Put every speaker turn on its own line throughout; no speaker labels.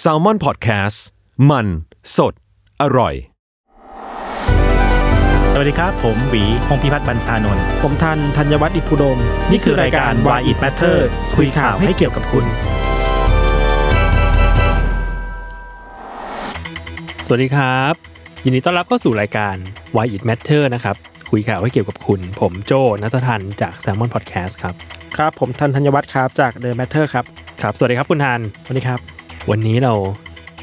แซลมอนพอดแคสต์มันสดอร่อย
สวัสดีครับ ผมหวีพงพิพัฒน์บัญชานนท์
ผมทันธัญวัฒน์อิพุดม
นี่คือรายการ Why It Matter คุยข่าวให้เกี่ยวกับคุณ
สวัสดีครับ ยินดีต้อนรับเข้าสู่รายการ Why It Matter นะครับ คุยข่าวให้เกี่ยวกับคุณ ผมโจนัททันจาก Salmon Podcast ครับ
ครับ ผมทันธัญวัฒน์ครับจาก The Matter ครับ
ครับ สวัสดีครับคุณทัน
สวันนี้ครับ
วันนี้เรา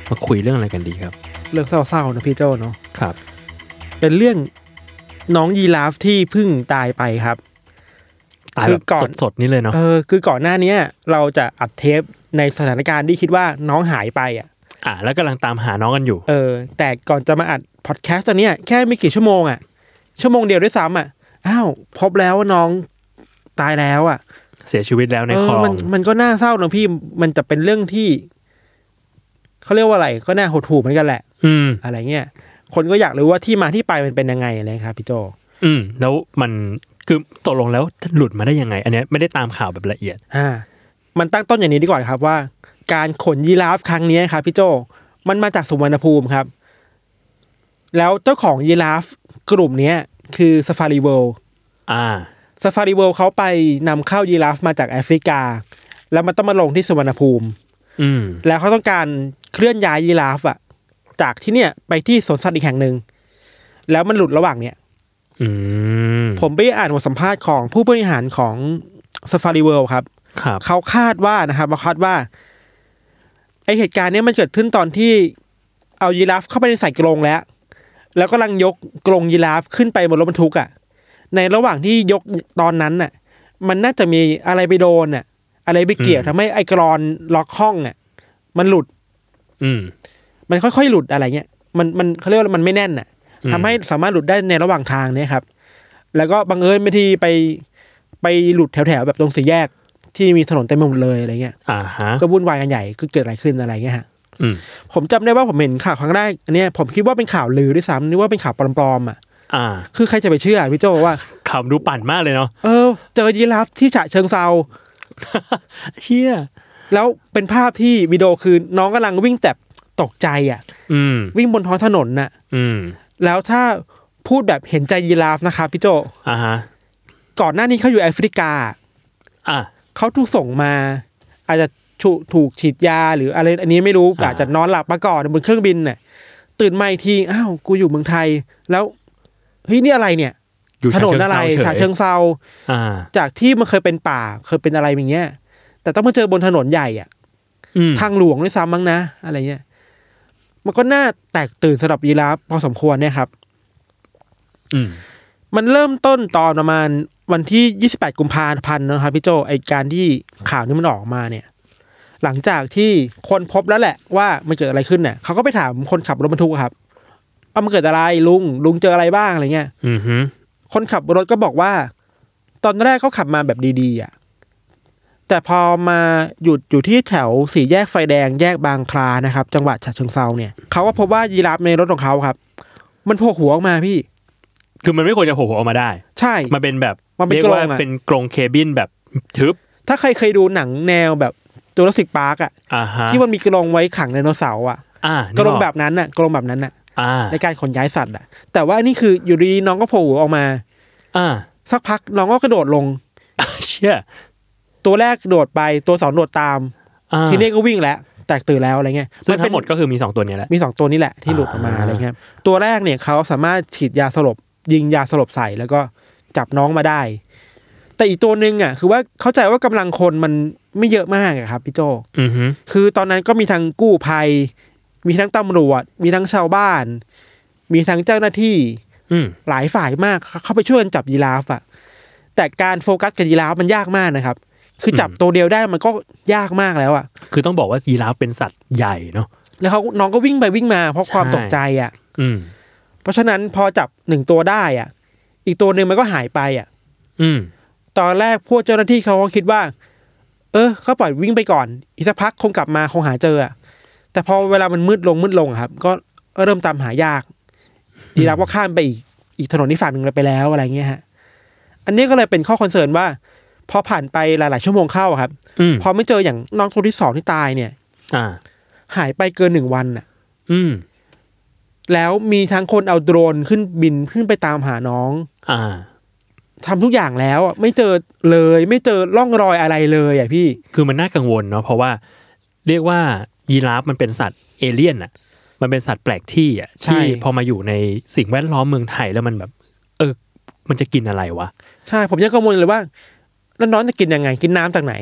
มาคุยเรื่องอะไรกันดีครับ
เรื่องเศร้าๆนะพี่เจ้าเนาะ
ครับ
เป็นเรื่องน้องยีราฟที่เพิ่งตายไปครับ
ตาย
คือ
แบบ
ก่อน
สดๆนี่เลยเนาะ
เออคือก่อนหน้าเนี้ยเราจะอัดเทปในสถานการณ์ที่คิดว่าน้องหายไปอ่ะ
อ่า แล้วกำลังตามหาน้องกันอยู่
เออแต่ก่อนจะมาอัดพอดแคสต์ตอนเนี้ยแค่ไม่กี่ชั่วโมงอ่ะชั่วโมงเดียวด้วยซ้ำอ่ะอ้าวพบแล้วว่าน้องตายแล้วอ่ะ
เสียชีวิตแล้วใน
เอ
คล
อ
อ
มั
ง
นมันก็น่าเศร้านะพี่ มันจะเป็นเรื่องที่เขาเรียกว่าอะไร ก็น่าหดหู่เหมือนกันแหละ
อืม
อะไรเงี้ย คนก็อยากรู้ว่าที่มาที่ไปมันเป็นยังไงอะไรครับพี่โจ
อืม แล้วมันคือตกลงแล้วหลุดมาได้ยังไง อันเนี้ยไม่ได้ตามข่าวแบบละเอียด
อ่า มันตั้งต้นอย่างนี้ดีกว่าครับว่า การขนยีราฟครั้งนี้ครับพี่โจ มันมาจากสุวรรณภูมิครับ แล้วเจ้าของยีราฟกลุ่มเนี้ยคือซ a ฟารีเวิล
อ่า
ซาฟารีเวิลด์เขาไปนำเข้ายีราฟมาจากแอฟริกา แล้วมันต้องมาลงที่สุวรรณภูมิ
อืม
แล้วเขาต้องการเคลื่อนย้ายยีราฟอะจากที่เนี่ยไปที่สวนสัตว์อีกแห่งหนึ่ง แล้วมันหลุดระหว่างเนี่ย
อืม
ผมไปอ่านบทสัมภาษณ์ของผู้บริหารของซ a ฟารีเวิลด์ครับ
ครับ
เขาคาดว่านะครับเขาคาดว่าไอเหตุการณ์เนี้ยมันเกิดขึ้นตอนที่เอายีราฟเข้าไปในใส่กรงแล้ว แล้วก็ลังยกกรงยีราฟขึ้นไปบนรถบรรทุกอะ่ะ ในระหว่างที่ยกตอนนั้นน่ะ มันน่าจะมีอะไรไปโดนน่ะ อะไรไปเกี่ยว
อืม
ทำให้ไอกรอนล็อกห้องอ่ะ มันหลุด
อืม
มันค่อยๆ หลุดอะไรเงี้ย มันมันเขาเรียกว่ามันไม่แน่นน่ะ
อืม
ทำให้สามารถหลุดได้ในระหว่างทางเนี่ยครับ แล้วก็บังเอิญไปทีไปไปหลุดแถวๆแบบตรงสี่แยก ที่มีถนนเต็มไปหมดเลยอะไรเงี้ย
อ่าฮะ
ก็วุ่นวายกันใหญ่ก็เกิดอะไรขึ้นอะไรเงี้ยฮะ
อืม
ผมจำได้ว่าผมเห็นข่าวครั้งแรกอันเนี้ยผมคิดว่าเป็นข่าวลือด้วยซ้ำนึกว่าเป็นข่าวปลอมๆอ่ะ
อ่า
คือใครจะไปเชื่อพี่โจว่า
ข่าวดูปั่นมากเลยเนาะ
เออ เจอยีราฟที่ฉะเชิงเซา
เชี่ย
แล้วเป็นภาพที่วิดีโอคือน้องกำลังวิ่งแต่ตกใจอ่ะ
อืม
วิ่งบนท้องถนนน่ะ
อืม
แล้วถ้าพูดแบบเห็นใจยีราฟนะครับพี่โจ
อ่าฮะ
ก่อนหน้านี้เขาอยู่แอฟริกา
อ่ะ
เขาถูกส่งมา อาจจะถูกถูกฉีดยาหรืออะไรอันนี้ไม่รู้
อ่า
อาจจะนอนหลับมาก่อนบนเครื่องบินน่ะตื่นมาอีกทีอ้าวกูอยู่เมืองไทย แล้วเฮ้ยนี่อะไรเนี่ย
อยู่
ถ
ฉะ
นน
เชิง
อะไร
เซาเฉย
ฉะเชิงเซา
อ่า
จากที่มันเคยเป็นป่าเคยเป็นอะไรอย่างเงี้ย แต่ต้องมาเจอบนถนนใหญ่อะ
อืม
ทางหลวงด้วยซ้ำมั้งนะ อะไรเงี้ยมันก็น่าแตกตื่นสำหรับยีราฟพอสมควรเนี่ยครับ
อืม
มันเริ่มต้นตอนประมาณวันที่ 28 กุมภาพันธ์นะครับพี่โจไอการที่ข่าวนี้มันออกมาเนี่ย หลังจากที่คนพบแล้วแหละว่ามันเกิดอะไรขึ้นเนี่ยเขาก็ไปถามคนขับรถบรรทุกอะครับว่ามันเกิดอะไรลุงลุงเจออะไรบ้างอะไรเงี้ย
อืมฮึ
คนขับรถก็บอกว่า ตอนแรกเขาขับมาแบบดีๆอ่ะแต่พอมาหยุดอยู่ที่แถวสี่แยกไฟแดงแยกบางคลานะครับ จังหวัดฉะเชิงเซาเนี่ยเขาก็พบว่ายีราฟในรถของเขาครับ มันโผล่หัวออกมาพี่
คือมันไม่ควรจะโผล่หัวออกมาได้
ใช่
มันเป็นแบบ
มันเป็น
เรียกว่า
โครงอะ
เป็นกรงเคบินแบบทึบ
ถ้าใครเคยดูหนังแนวแบบจูราสสิกปาร์กอะ
อ่าฮะ
ที่มันมีกรงไว้ขังไดโนเสาร์อะ
อ่าก นึ
รง
ออ
แบบนั้นน่ะกรงแบบนั้นน่ะ
อ่า
ในการขนย้ายสัตว์อะแต่ว่านี่คืออยู่ดีๆน้องก็โผล่หัวออกมา
อ่า
สักพักน้องก็กระโดดลง
เชี่ย
ตัวแรกโดดไปตัวสองโดดตาม
อ่า
ทีนี้ก็วิ่งแล้ว แตกตื่นแล้วอะไรเงี้ย
ซึ่ง
เป็
ทั้งหมดก็คือมีสองตัวเนี้ยแหละ
มีสองตัวนี้แหละที่หลุดออกมา
อ่า
อะไรเงี้ยตัวแรกเนี่ยเขาสามารถฉีดยาสลบยิงยาสลบใส่แล้วก็จับน้องมาได้ แต่อีกตัวหนึ่งอะคือว่าเข้าใจว่ากำลังคนมันไม่เยอะมากอะครับพี่โจ
อือฮึ
คือตอนนั้นก็มีทั้งกู้ภัย มีทั้งตำรวจ มีทั้งชาวบ้าน มีทั้งเจ้าหน้าที่
อืม
หลายฝ่ายมากเข้าเข้าไปช่วยกันจับยีราฟอะแต่การโฟกัสกับยีราฟมันยากมากนะครับ คือจับ
อืม
ตัวเดียวได้มันก็ยากมากแล้วอะ
คือต้องบอกว่ายีราฟเป็นสัตว์ใหญ่เนาะ
แล้วเขาน้องก็วิ่งไปวิ่งมาเพราะความ
ใช่
ตกใจอะ
อืม
เพราะฉะนั้นพอจับหนึ่งตัวได้อะอีกตัวหนึ่งมันก็หายไปอะ
อืม
ตอนแรกพวกเจ้าหน้าที่เขาก็คิดว่า เออเขาปล่อยวิ่งไปก่อน อีกสักพักคงกลับมาคงหาเจออะแต่พอเวลามันมืดลงมืดลงอะครับ ก็เริ่มตามหายาก ดีรับว่าข้ามไปอีกอีกถนนที่ฝั่งหนึ่งเลยไปแล้วอะไรเงี้ยฮะ อันนี้ก็เลยเป็นข้อคอนเซิร์นว่า พอผ่านไปหลาย ๆ ชั่วโมงเข้าครับ
อืม
พอไม่เจออย่างน้องตัวที่สองที่ตายเนี่ย
อ่า
หายไปเกินหนึ่งวันน่ะ
อืม
แล้วมีทั้งคนเอาโดรนขึ้นบินขึ้นไปตามหาน้อง
อ่า
ทำทุกอย่างแล้วอะไม่เจอเลยไม่เจอร่องรอยอะไรเลยอ่ะพี่
คือมันน่ากังวลเนาะเพราะว่า เรียกว่ายีราฟมันเป็นสัตว์เอเลี่ยนอะมันเป็นสัตว์แปลกที่อะ
ใช่
ที่พอมาอยู่ในสิ่งแวดล้อมเมืองไทยแล้วมันแบบ เออ มันจะกินอะไรวะ
ใช่ผมยังกังวลเลยว่าแล้วน้องจะกินยังไง กินน้ำจากไหน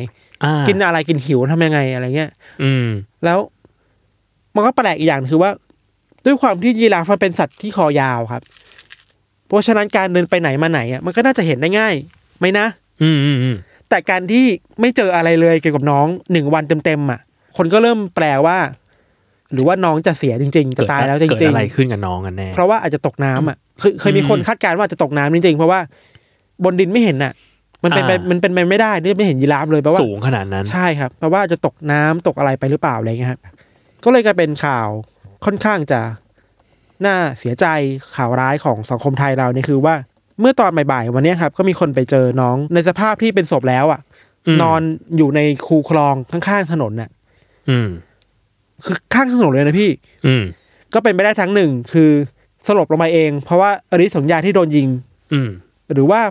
อ่า
กินอะไรกินหิวทำยังไงอะไรเงี้ย
อืม
แล้ว มันก็แปลกอีกอย่างคือว่า ด้วยความที่ยีราฟมันเป็นสัตว์ที่คอยาวครับ เพราะฉะนั้นการเดินไปไหนมาไหนอ่ะมันก็น่าจะเห็นได้ง่ายไหมนะ
อืมอืมอืม
แต่การที่ไม่เจออะไรเลยเกี่ยวกับน้องหนึ่งวันเต็มๆอ่ะ คนก็เริ่มแปลว่า หรือว่าน้องจะเสียจริง ๆ จะตายแล้วจ
เกิด
ริง
อะไรขึ้นกับน้องกันแน่
ๆ เพราะว่าอาจจะตกน้ำอ่ะเคยเคยมีคนคาดการณ์ว่าอาจจะตกน้ำจริงๆ เพราะว่าบนดินไม่เห็นอ่ะ มันเป็นไป
อ่ามั
มันเป็นไปไม่ได้ที่ไม่เห็นยีราฟเลยแปลว่า
สูงขนาดนั้น
ใช่ครับแปลว่าจะตกน้ำตกอะไรไปหรือเปล่าอะไรเงี้ยครับก็เลยกลายเป็นข่าวค่อนข้างจะน่าเสียใจข่าวร้ายของสังคมไทยเราเนี่ยคือว่า เมื่อตอนบ่ายๆวันเนี้ยครับ ก็มีคนไปเจอน้องในสภาพที่เป็นศพแล้วอ่ะ
อืม
นอนอยู่ในคูคลองข้างๆถนนน่ะ
อืม
คือข้างถนนเลยนะพี่
อืม
ก็เป็นไปได้ทั้งหนึ่งคือสลบลงมาเอง เพราะว่าอริของยาที่โดนยิง
อืม
หรือว่า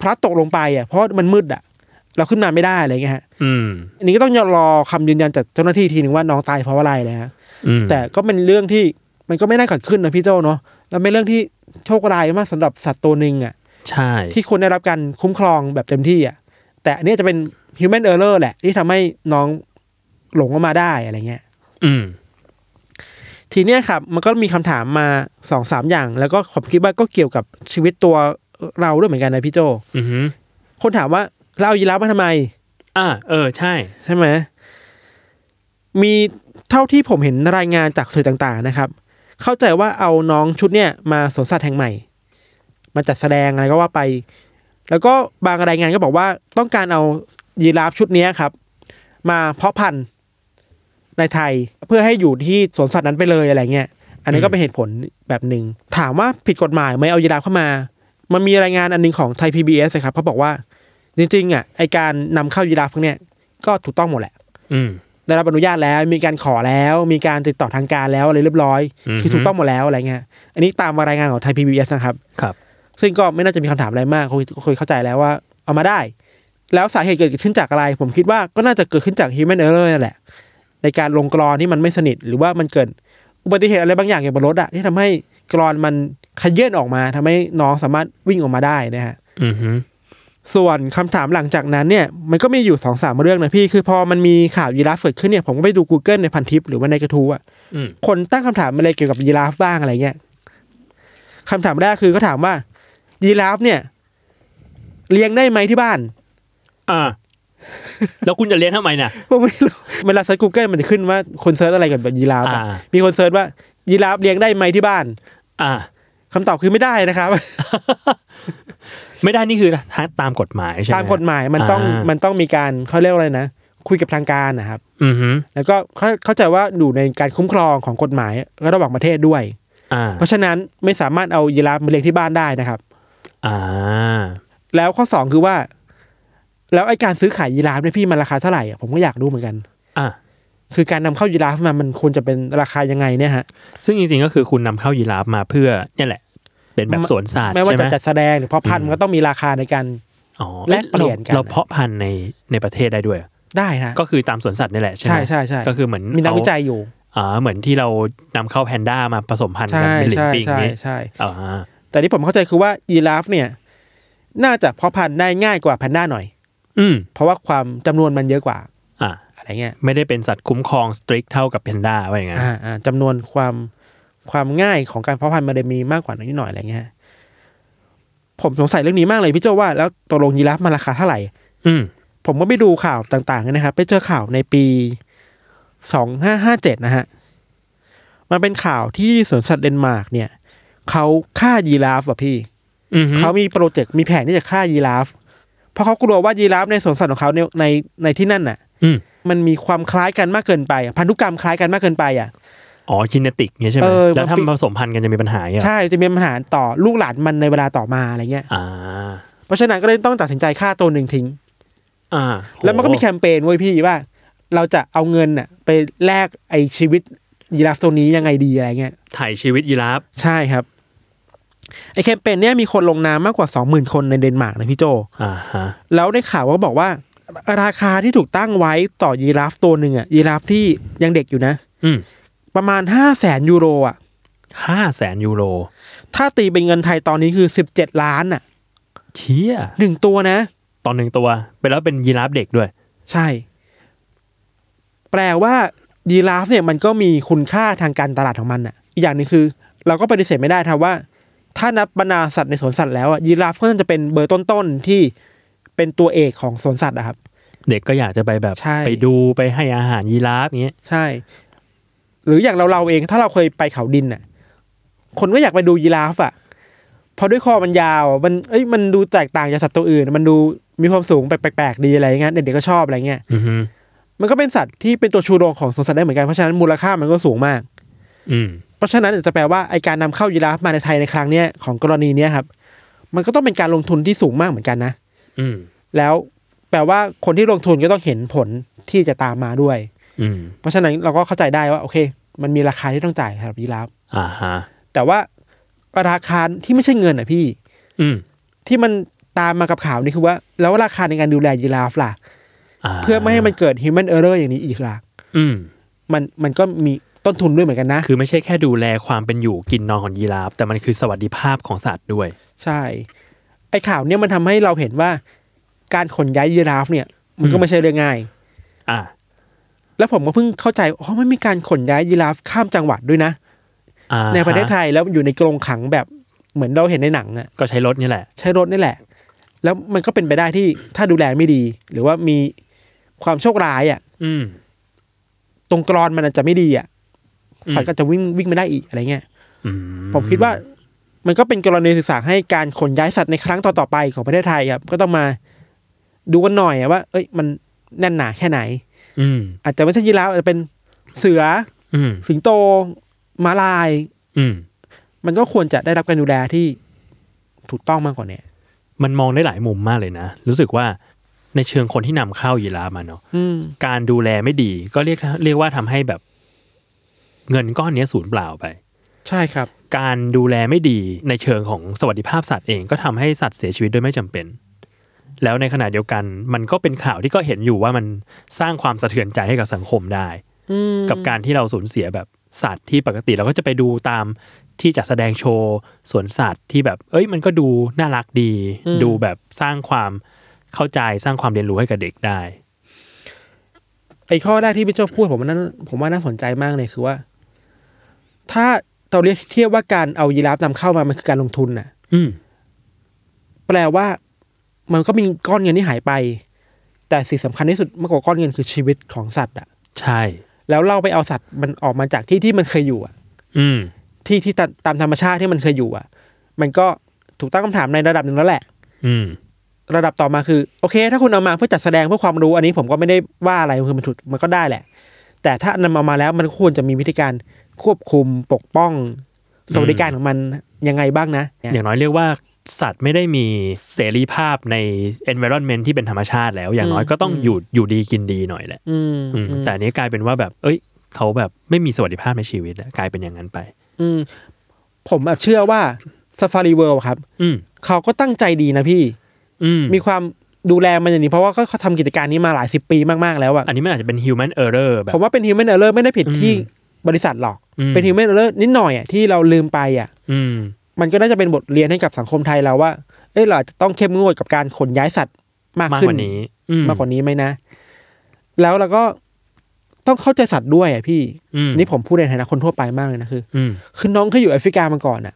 พลัดตกลงไปอ่ะเพราะมันมืดอ่ะ เราขึ้นมาไม่ได้อะไรเงี้ยฮะ
อืม
อันนี้ก็ต้องรอคำยืนยันจากเจ้าหน้าที่ทีหนึ่งว่าน้องตายเพราะอะไรนะฮะ
อืม
แต่ก็เป็นเรื่องที่มันก็ไม่น่าเกิดขึ้นนะพี่โจเนาะแล้วเป็นเรื่องที่โชคร้ายมากสำหรับสัตว์ตัวหนึ่งอ่ะ
ใช่
ที่ควรได้รับการคุ้มครองแบบเต็มที่อ่ะแต่อันนี้จะเป็น human error แหละ ที่ทำให้น้องหลงออกมาได้อะไรเงี้ย
อืม
ทีเนี้ยครับมันก็มีคำถามมาสองสามอย่าง แล้วก็ผมคิดว่าก็เกี่ยวกับชีวิตตัวเราด้วยเหมือนกันนะพี่โจ
อืม
คนถามว่าเราเอายีราฟมาทำไม
อ่า เออ ใช่
ใช่ไหม มีเท่าที่ผมเห็นรายงานจากสื่อต่างๆนะครับ เข้าใจว่าเอาน้องชุดเนี่ยมาสวนสัตว์แห่งใหม่ มาจัดแสดงอะไรก็ว่าไป แล้วก็บางรายงานก็บอกว่าต้องการเอายีราฟชุดเนี้ยครับ มาเพาะพันธุ์ในไทยเพื่อให้อยู่ที่สวนสัตว์นั้นไปเลยอะไรเงี้ย อันนี้ก็เป็นเหตุผลแบบหนึ่งถามว่าผิดกฎหมายไหมเอายีราฟเข้ามา มันมีรายงานอันหนึงของไทยพีบีเอสครับเขาบอกว่าจริงๆอ่ะไอการนำเข้ายีราฟพวกเนี้ย ก็ถูกต้องหมดแหละ
อืม
ได้รับอนุญาตแล้ว มีการขอแล้ว มีการติดต่อทางการแล้วอะไรเรียบร้อย
อือฮึ
คือถูกต้องหมดแล้วอะไรเงี้ย อันนี้ตามรายงานของไทยพีบีเอสนะครับ
ครับ
ซึ่งก็ไม่น่าจะมีคำถามอะไรมากคงคงเข้าใจแล้วว่าเอามาได้ แล้วสาเหตุเกิดขึ้นจากอะไร ผมคิดว่าก็น่าจะเกิดขึ้นจาก human error นั่นแหละ ในการลงกรอนที่มันไม่สนิท หรือว่ามันเกิดอุบัติเหตุอะไรบางอย่างเกี่ยวกับรถอะที่ทำให้กรอนมันขยื่นออกมาทำให้น้องสามารถวิ่งออกมาได้นะฮะ
อืมฮึ
ส่วนคำถามหลังจากนั้นเนี่ยมันก็มีอยู่สองสามเรื่องนะพี่ คือพอมันมีข่าวยีราฟเกิดขึ้นเนี่ยผมก็ไปดู Google ในพันทิปหรือว่าในกระทู้อะ
อืม
คนตั้งคำถามอะไรเกี่ยวกับยีราฟบ้างอะไรเงี้ยคำถามแรกคือก็ถามว่ายีราฟเนี่ยเลี้ยงได้ไหมที่บ้าน
อ่า แล้วคุณจะเลี้ยงทำไมน่ะ
ผมไม่รู้เวลาเซิร์ชกูเกิลมันจะขึ้นว่าคนเซิร์ชอะไรเกับแบบยีราฟอะ
อ่า
มีคนเซิร์ชว่ายีราฟเลี้ยงได้ไหมที่บ้าน
อ่า
คำตอบคือไม่ได้นะครับ
ไม่ได้นี่คือตามกฎหมายใช่ไหม
ตามกฎหมายมันต้อง
อ่ามั
มันต้องมีการเขาเรียกว่าอะไรนะคุยกับทางการนะครับ
อืมฮึ
แล้วก็เข้าเข้าใจว่าอยู่ในการคุ้มครองของกฎหมายระหว่างประเทศด้วย
อ่า
เพราะฉะนั้นไม่สามารถเอายีราฟมาเลี้ยงที่บ้านได้นะครับ
อ่า
แล้วข้อสองคือว่า แล้วไอการซื้อขายยีราฟเนี่ยพี่มันราคาเท่าไหร่อะผมก็อยากรู้เหมือนกัน
อ่ะ
คือการนำเข้ายีราฟมามันควรจะเป็นราคายังไงเนี่ยฮะ
ซึ่งจริงๆก็คือคุณนำเข้ายีราฟมาเพื่อเนี่ยแหละ เป็นแบบสวนสัตว์
ไม่ว่า
ใช่ไห
จะ
ม
จัดแสดงหรือเพาะพันธุ์มันก็ต้องมีราคาในการ
อ๋อ
แลกเปลี่ยนกัน
เราเพาะพันธุ์ในในประเทศได้ด้วย
ได้นะ
ก็คือตามสวนสัตว์นี่แหละใช่ไห
ใช่
ม
ใช่ใช่
ก็คือเหมือน
มีนักวิ
เอา
จัยอยู่
อ่าเหมือนที่เรานำเข้าแพนด้ามาผสมพันธุ์
ใช่
กันเป็นหลิน
ใช่
ปิง
ใช่
นี้
ใช่
อ่า
แต่ที่ผมเข้าใจคือว่ายีราฟเนี่ย น่าจะเพาะพันธุ์ได้ง่ายกว่าแพนด้าหน่อย
อืม
เพราะว่าความจำนวนมันเยอะกว่า
อ่า
อะไรเงี้ย
ไม่ได้เป็นสัตว์คุ้มครองสตริกเท่ากับแพนด้าว่าอย่างนั้น
อ่าอ่าจำนวนความความง่ายของการเพาะพันธุ์มันเลยมีมากกว่านิดหน่อยอะไรเงี้ย ผมสงสัยเรื่องนี้มากเลยพี่โจว่าแล้วตกลงยีราฟมันราคาเท่าไหร่
อืม
ผมก็ไปดูข่าวต่างๆนะครับ ไปเจอข่าวในปีสองห้าห้าเจ็ดนะฮะ มันเป็นข่าวที่สวนสัตว์เดนมาร์กเนี่ยเขาฆ่ายีราฟอ่ะพี่
อืมฮึ
เขามีโปรเจกต์มีแผนที่จะฆ่ายีราฟ เพราะเขากลัวว่ายีราฟในสวนสัตว์ของเขาในในในที่นั่นน่ะ
อืม
มันมีความคล้ายกันมากเกินไปอะพันธุกรรมคล้ายกันมากเกินไปอ่ะ
อ๋อจีเนติกเนี่ยใช่ไหม
เออ
แล้วถ้า
มันปิ
ผสมพันธุ์กันจะมีปัญหาอย่างเงี้ยเหรอ
ใช่จะมีปัญหาต่อลูกหลานมันในเวลาต่อมาอะไรเงี้ย
อ่า
เพราะฉะนั้นก็เลยต้องตัดสินใจฆ่าตัวหนึ่งทิ้ง
อ่า
แล้วมันก็มีแคมเปญไว้ยพี่ว่า เราจะเอาเงินน่ะไปแลกไอชีวิตยีราฟตัวนี้ยังไงดีอะไรเงี้ย
ถ่ายชีวิตยีราฟ
ใช่ครับ ไอแคมเปญเนี่ยมีคนลงนามมากกว่าสองหมื่นคนในเดนมาร์กนะพี่โจ
อ่าฮะ
แล้วได้ข่าวว่าบอกว่า ราคาที่ถูกตั้งไว้ต่อยีราฟตัวหนึ่งอ่ะยีราฟที่ยังเด็กอยู่นะ
อืม
ประมาณห้าแสนยูโรอ่ะ
ห้าแสนยูโร
ถ้าตีเป็นเงินไทยตอนนี้คือสิบเจ็ดล้านอ่ะ
เชี่ย
หนึ่งตัวนะ
ตอนหนึ่งตัวไปแล้วเป็นยีราฟเด็กด้วย
ใช่ แปลว่ายีราฟเนี่ยมันก็มีคุณค่าทางการตลาดของมันอ่ะ อีกอย่างหนึงคือ เราก็ปฏิเสธไม่ได้ครับว่า ถ้านับบรรดาสัตว์ในสวนสัตว์แล้วอ่ะยีราฟก็น่าจะเป็นเบอร์ต้นๆที่เป็นตัวเอกของสวนสัตว์อะครับ
เด็กก็อยากจะไปแบบ
ใช่
ไปดูไปให้อาหารยีราฟอย่างเงี้ย
ใช่ หรืออย่างเราเราๆเองถ้าเราเคยไปเขาดินน่ะ คนก็อยากไปดูยีราฟอ่ะเพราะด้วยคอมันยาวอะมันเอ้ยมันดูแตกต่างจากสัตว์ตัวอื่น มันดูมีความสูงแปลกๆดีอะไรเงี้ยเด็กๆก็ชอบอะไรเงี้ย
อือฮึ
มันก็เป็นสัตว์ที่เป็นตัวชูโรงของสวนสัตว์ได้เหมือนกันเพราะฉะนั้นมูลค่ามันก็สูงมาก
อืม
เพราะฉะนั้นจะแปลว่าไอการนำเข้ายีราฟมาในไทยในครั้งเนี้ยของกรณีเนี้ยครับ มันก็ต้องเป็นการลงทุนที่สูงมากเหมือนกันนะ
อืม
แล้วแปลว่าคนที่ลงทุนก็ต้องเห็นผลที่จะตามมาด้วย
อืม
เพราะฉะนั้นเราก็เข้าใจได้ว่าโอเค มันมีราคาที่ต้องจ่ายสำหรับยีราฟ
อ่าฮะ
แต่ว่าราคาที่ไม่ใช่เงินอ่ะพี่
อืม
ที่มันตามมากับข่าวนี่คือว่า แล้วราคาในการดูแลยีราฟล่ะ
า
เพื่อไม่ให้มันเกิด human error อย่างนี้อีกล่ะ
อืม
มันมันก็มีต้นทุนด้วยเหมือนกันนะ
คือไม่ใช่แค่ดูแลความเป็นอยู่กินนอนของยีราฟแต่มันคือสวัสดิภาพของสัตว์ด้วย
ใช่ ไอข่าวเนี่ยมันทำให้เราเห็นว่า การขนย้ายยีราฟเนี่ย มันก็ไม่ใช่เรื่องง่าย
อ่า
แล้วผมก็เพิ่งเข้าใจอ๋อมันมีการขนย้ายยีราฟข้ามจังหวัดด้วยนะ
อ่า
ในประเทศ
ฮ
ไทยแล้วอยู่ในกรงขังแบบเหมือนเราเห็นในหนังอะ
ก็ใช้รถนี่แหละ
ใช้รถนี่แหละ แล้วมันก็เป็นไปได้ที่ถ้าดูแลไม่ดี หรือว่ามีความโชคร้ายอ่ะ
อืม
ตรงกรอนมันอาจจะไม่ดีอ่ะ
อืม
สัตว์ก็จะวิ่งวิ่งไม่ได้อีกอะไรเงี้ย
อื
ผมคิดว่ามันก็เป็นกรณีศึกษาให้การขนย้ายสัตว์ในครั้งต่อๆไปของประเทศไทยครับ ก็ต้องมาดูกันหน่อยอะว่า เอ้ย มันแน่นหนาแค่ไหน
อืม
อาจจะไม่ใช่ยีราฟอาจจะเป็นเสือ
อืม
สิงโตม้าลาย
อืม
มันก็ควรจะได้รับการดูแลที่ถูกต้องมากกว่าเนี้ย
มันมองได้หลายมุมมากเลยนะ รู้สึกว่าในเชิงคนที่นำเข้ายีราฟมาเนาะ
อืม
การดูแลไม่ดีก็เรียกเรียกว่าทำให้แบบ เงินก้อนเนี้ยสูญเปล่าไป
ใช่ครับ
การดูแลไม่ดีในเชิงของสวัสดิภาพสัตว์เองก็ทำให้สัตว์เสียชีวิตโดยไม่จำเป็น แล้วในขณะเดียวกัน มันก็เป็นข่าวที่ก็เห็นอยู่ว่ามันสร้างความสะเทือนใจให้กับสังคมได้
อืม
กับการที่เราสูญเสียแบบสัตว์ที่ปกติเราก็จะไปดูตามที่จัดแสดงโชว์สวนสัตว์ที่แบบ เอ้ยมันก็ดูน่ารักดี
อืม
ดูแบบสร้างความเข้าใจสร้างความเรียนรู้ให้กับเด็กได้
ไอ้ข้อแรกที่พี่โจ้พูดผมว่านั้นผมว่าน่าสนใจมากเลยคือว่า ถ้าเราเรียกเทียบว่าการเอายีราฟนำเข้ามามันคือการลงทุนน่ะ
อืม
แปลว่า มันก็มีก้อนเงินที่หายไป แต่สิ่งสำคัญที่สุดมากกว่าก้อนเงินคือชีวิตของสัตว์อะ
ใช่
แล้วเราไปเอาสัตว์มันออกมาจากที่ที่มันเคยอยู่อะ
อืม
ที่ที่ตาตามธรรมชาติที่มันเคยอยู่อะมันก็ถูกตั้งคำถามในระดับหนึ่งแล้วแหละ
อืม
ระดับต่อมาคือ โอเค ถ้าคุณเอามาเพื่อจัดแสดงเพื่อความรู้อันนี้ผมก็ไม่ได้ว่าอะไรคือมันถูกมันก็ได้แหละ แต่ถ้านำเอามาแล้วมันควรจะมีวิธีการควบคุมปกป้องสวัสดิการของมันยังไงบ้างนะเนี่ย
อย่างน้อยเรียกว่าสัตว์ไม่ได้มีเสรีภาพใน environment ที่เป็นธรรมชาติแล้ว อย่างน้อยก็ต้องอยู่อยู่ดีกินดีหน่อยแหละ
อืม
อืมแต่อันนี้กลายเป็นว่าแบบ เอ้ย เขาแบบไม่มีสวัสดิภาพในชีวิตอะกลายเป็นอย่างนั้นไป
อืมผมแบบเชื่อว่าซ a ฟารีเวิลด์ครับ
อืม
เขาก็ตั้งใจดีนะพี่
อืม
มีความดูแลมันอย่างนี้ เพราะว่าก็เขาทำกิจการนี้มาหลายสิบปีมาก ๆ แล้วอะ
อันนี้มันอาจจะเป็น human error แบ
ผ
บ
มว่าเป็นฮิวแมนเออร์เลอร์ไม่ได้ผิด
อืม
ที่บริษัทหรอก
อืม
เป็นฮิวแมนเออร์เลอร์นิดหน่อยอะที่เราลืมไปอะ
อืม
มันก็น่าจะเป็นบทเรียนให้กับสังคมไทยเราว่า เอ้ยเราอาจจะต้องเข้มงวดกับการขนย้ายสัตว์มาก
มาก
ขึ้น
กว่านี้อื
มากกว่านี้ไหมนะ แล้วเราก็ต้องเข้าใจสัตว์ด้วยอ่ะพี่
อืม
นี่ผมพูดในฐานะคนทั่วไปมากเลยนะคือ
อืม
คือน้องเคยอยู่แอฟริกามาก่อนอ่ะ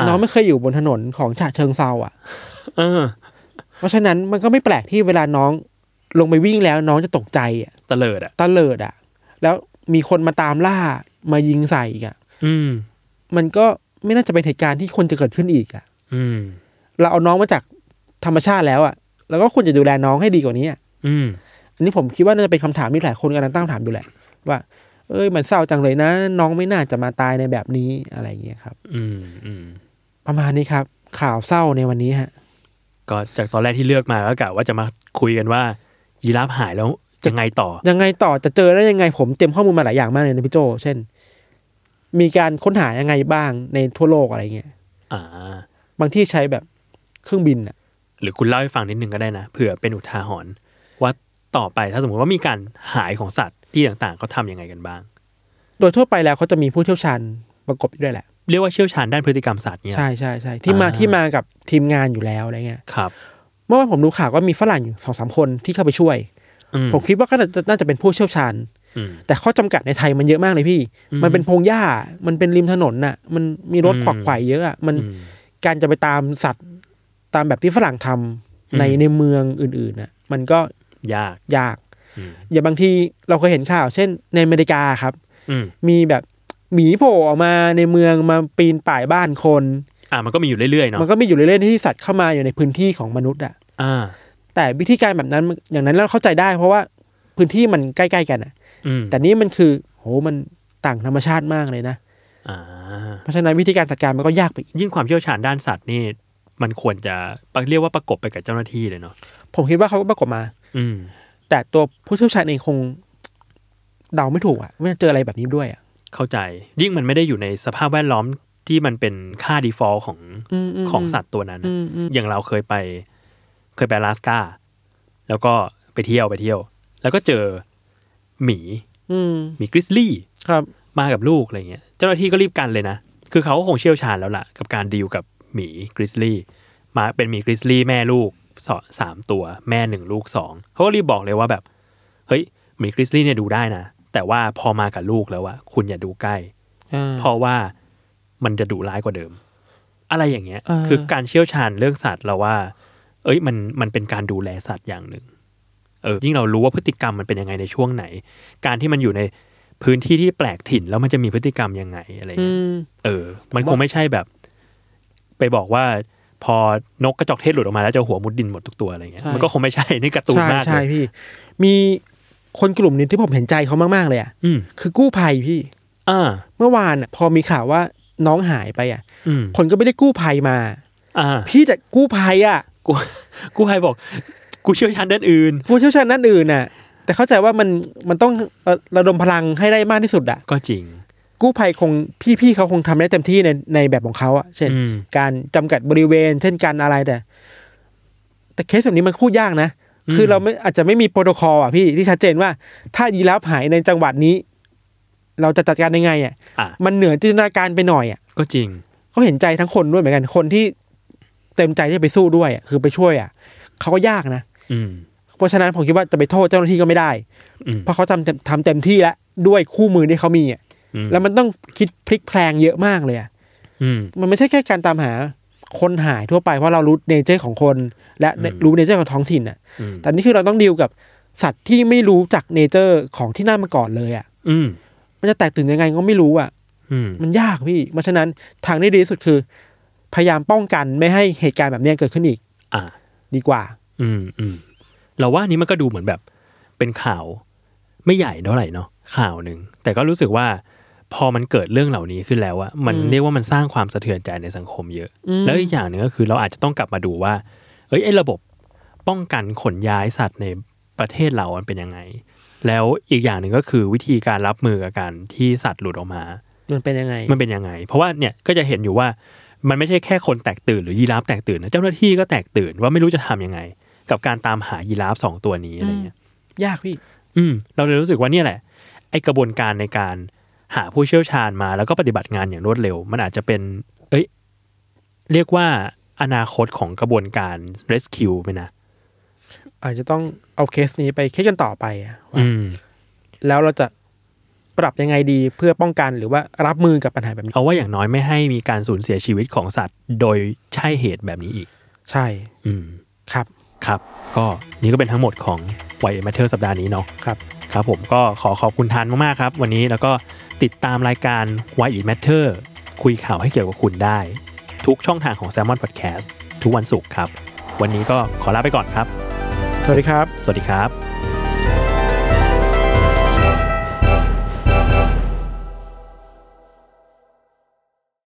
ะ
น้องไม่เคยอยู่บนถนนของฉะเชิงเซาอ่ะ
เออ
เพราะฉะนั้นมันก็ไม่แปลกที่เวลาน้องลงไปวิ่งแล้วน้องจะตกใจอ่ะ
ตะเลิดอ่ะ
ตะเลิดอ่ะ แล้วมีคนมาตามล่ามายิงใส่อีกอ่ะ
อืม
มันก็ไม่น่าจะเป็นเหตุการณ์ที่ควรจะเกิดขึ้นอีกอ่ะ
อืม
เราเอาน้องมาจากธรรมชาติแล้วอะ่ะ แล้วก็ควรจะดูแลน้องให้ดีกว่านี้อะ
อืม
อันนี้ผมคิดว่าน่าจะเป็นคำถามที่หลายคนกำลังตั้งคำถามอยู่แหละ ว่า เอ้ยมันเศร้าจังเลยนะ น้องไม่น่าจะมาตายในแบบนี้อะไรอย่างเงี้ยครับ
อืมอืม
ประมาณนี้ครับ ข่าวเศร้าในวันนี้ฮะ
ก็จากตอนแรกที่เลือกมาก็กะว่าจะมาคุยกันว่ายีราฟหายแล้ว ยังไงต่อ
ยังไงต่อจะเจอได้ยังไงผมเตรียมข้อมูลมาหลายอย่างมากเลยนะพี่โจ เช่น มีการค้นหายังไงบ้างในทั่วโลกอะไรเงี้ย
อ่า
บางที่ใช้แบบเครื่องบินอะ
หรือคุณเล่าให้ฟังนิดนึงก็ได้นะเผื่อเป็นอุทาหรณ์ว่าต่อไปถ้าสมมติว่ามีการหายของสัตว์ที่ต่างๆเขาทำยังไงกันบ้าง
โดยทั่วไปแล้วเขาจะมีผู้เชี่ยวชาญประกบอยู่ด้วยแหละ
เรียกว่าเชี่ยวชาญด้านพฤติกรรมสัตว์เนี่ย
ใช่ใช่ใช่ที่มา
อ่า
ที่มากับทีมงานอยู่แล้วอะไรเงี้ย
ครับ
เมื่อวานผมรู้ข่าวว่ามีฝรั่งอยู่สองสามคนที่เข้าไปช่วย
อืม
ผมคิดว่าก็น่าจะน่าจะเป็นผู้เชี่ยวชาญ
อืม
แต่ข้อจำกัดในไทยมันเยอะมากเลยพี่
อืม
มันเป็นพงหญ้า มันเป็นริมถนนน่ะ มันมีรถ
อืม
ขวักไขวเยอะอะมัน
อืม
การจะไปตามสัตว์ตามแบบที่ฝรั่งทำ
อืม
ในในเมืองอื่นๆน่ะ มันก็
ยาก
ยาก
อืม
อย่าบางทีเราเคยเห็นข่าว เช่น ในอเมริกาครับ
อืม
มีแบบหมีโผล่ออกมาในเมืองมาปีนป่ายบ้านคน
อ่ามันก็มีอยู่เรื่อยๆเนาะ
มันก็มีอยู่เรื่อยๆที่สัตว์เข้ามาอยู่ในพื้นที่ของมนุษย์อ่ะ
อ่า
แต่วิธีการแบบนั้นมันอย่างนั้นเราเข้าใจได้ เพราะว่าพื้นที่มันใกล้ๆกันอ่ะ
อืม
แต่นี่มันคือโหมันต่างธรรมชาติมากเลยนะ
อ่า
เพราะฉะนั้นวิธีการจัดการมันก็ยากไปอีก
ยิ่งความเชี่ยวชาญด้านสัตว์นี่ มันควรจะเรียกว่าประกบไปกับเจ้าหน้าที่เลยเนาะ
ผมคิดว่าเขาก็ประกบมา
อืม
แต่ตัวผู้เชี่ยวชาญเองคงเดาไม่ถูกอะว่าจะเจออะไรแบบนี้ด้วยอะ
เข้าใจ ยิ่งมันไม่ได้อยู่ในสภาพแวดล้อมที่มันเป็นค่า default ของ
มม
ของสัตว์ตัวนั้น
อืมอืม
อย่างเราเคยไป เคยไป阿拉斯กาแล้วก็ไปเที่ยวไปเที่ยว แล้วก็เจอหมี
อืม
หมีกริซลี่
ครับ
มากับลูกอะไรเงี้ยเจ้าหน้าที่ก็รีบกันเลยนะ คือเขาก็คงเชี่ยวชาญแล้วล่ะ กับการดีลกับหมีกริซลี่มาเป็นหมีกริซลี่แม่ลูกสองสามตัว แม่หนึ่งลูกสองเขาก็รีบบอกเลยว่าแบบ เฮ้ยหมีกริซลี่เนี่ยดูได้นะ แต่ว่าพอมากับลูกแล้วอะคุณอย่าดูใกล้
อ่า
เพราะว่ามันจะดุร้ายกว่าเดิม อะไรอย่างเงี้ย
เออ
คือการเชี่ยวชาญเรื่องสัตว์เราว่า เอ้ยมันมันเป็นการดูแลสัตว์อย่างหนึ่ง เออ ยิ่งเรารู้ว่าพฤติกรรมมันเป็นยังไงในช่วงไหน การที่มันอยู่ในพื้นที่ที่แปลกถิ่นแล้วมันจะมีพฤติกรรมยังไงอะไร
อื
เงี้ย
ม
เออ มันคงไม่ใช่แบบ ไปบอกว่า พอนกกระจอกเทศหลุดออกมาแล้วจะหัวมุดดินหมดทุกตัวอะไรเงี้ยมันก็คงไม่ใช่ นี่การ์ตูน
ใช่
มาก
ใช่
เลย
พี่ มีคนกลุ่มหนึงที่ผมเห็นใจเขามากๆเลยอะ
อืม
คือกู้ภัยพี่
อ่า
เมื่อวานอะพอมีข่าวว่าน้องหายไปอะ
อืม
คนก็ไม่ได้กู้ภัยมา
อ่า
พี่แต่กู้ภัยอะ
กูกูให้บอก กูเชี่ยวชาญด้านอื่น
ผู้เชี่ยวชาญด้านอื่นน่ะ แต่เข้าใจว่ามันมันต้องเอ่อระดมพลังให้ได้มากที่สุดอะ
ก็จริง
กู้ภัยคงพี่ๆเขาคงทำได้เต็มที่ในในแบบของเขาอะเช่น
อืม
การจำกัดบริเวณ เช่นการอะไรแต่ แต่เคสแบบนี้มันพูดยากนะ คือเราไม่อาจจะไม่มีโปรโตคอลอะพี่ที่ชัดเจนว่า ถ้ายีราฟหายในจังหวัดนี้ เราจะจัดการยังไงอะ
อ่ะ
มันเหนือจินตนาการไปหน่อยอะ
ก็จริง
เขาเห็นใจทั้งคนด้วยเหมือนกันคนที่เต็มใจที่จะไปสู้ด้วยอะคือไปช่วยอะเขาก็ยากนะ
อืม
เพราะฉะนั้นผมคิดว่าจะไปโทษเจ้าหน้าที่ก็ไม่ได้
อืม
เพราะเขาทำเต็มทำเต็มที่แล้วด้วยคู่มือที่เขามีอะ
อืม
แล้วมันต้องคิดพลิกแพลงเยอะมากเลยอะ
อืม
มันไม่ใช่แค่การตามหาคนหายทั่วไปเพราะเรารู้เนเจอร์ของคน และ
อืม
รู้เนเจอร์ของท้องถิ่นน่ะ
อืม
แต่นี่คือเราต้องดีลกับสัตว์ที่ไม่รู้จักเนเจอร์ของที่นั่นมาก่อนเลยอ่ะ
อืม
มันจะแตกตื่นยังไงก็ไม่รู้อ่ะ
อืม
มันยากพี่เพราะฉะนั้นทางที่ดีที่สุดคือ พยายามป้องกันไม่ให้เหตุการณ์แบบเนี้ยเกิดขึ้นอีก
อ่ะ
ดีกว่า
อืมอืมเราว่าอันนี้มันก็ดูเหมือนแบบ เป็นข่าวไม่ใหญ่เท่าไหร่เนาะข่าวหนึ่งแต่ก็รู้สึกว่า พอมันเกิดเรื่องเหล่านี้ขึ้นแล้วอะมัน
อืม
เรียกว่ามันสร้างความสะเทือนใจในสังคมเยอะ
อืม
แล้วอีกอย่างหนึ่งก็คือเราอาจจะต้องกลับมาดูว่า เอ้ยไอ้ระบบป้องกันขนย้ายสัตว์ในประเทศเรามันเป็นยังไง แล้วอีกอย่างหนึ่งก็คือวิธีการรับมือกับการที่สัตว์หลุดออกมา
มันเป็นยังไง
มันเป็นยังไง เพราะว่าเนี่ยก็จะเห็นอยู่ว่ามันไม่ใช่แค่คนแตกตื่นหรือยีราฟแตกตื่นนะเจ้าหน้าที่ก็แตกตื่นว่าไม่รู้จะทำยังไง กับการตามหายีราฟสองตัวนี้อะไรเงี้ย
ยากพี่
อืมเราเลยรู้สึกว่าเนี่ยแหละ ไอกระบวนการในการหาผู้เชี่ยวชาญมา แล้วก็ปฏิบัติงานอย่างรวดเร็ว มันอาจจะเป็น เอ้ย เรียกว่าอนาคตของกระบวนการ rescue ไหมนะ
อาจจะต้องเอาเคสนี้ไปคิดกันต่อไปอะว่า
อืม
แล้วเราจะปรับยังไงดีเพื่อป้องกันหรือว่ารับมือกับปัญหาแบบนี้
เอาว่าอย่างน้อยไม่ให้มีการสูญเสียชีวิตของสัตว์ โดยใช่เหตุแบบนี้อีก
ใช่
อืม
ครับ
ครับ ก็นี่ก็เป็นทั้งหมดของ Why It Matter สัปดาห์นี้เนาะ
ครับ
ครับผมก็ขอขอบคุณทันมากๆครับ วันนี้แล้วก็ติดตามรายการ Why It Matter คุยข่าวให้เกี่ยวกับคุณได้ ทุกช่องทางของ Salmon Podcast ทุกวันศุกร์ครับ วันนี้ก็ขอลาไปก่อนครับ
สวัสดีครับ
สวัสดีครับ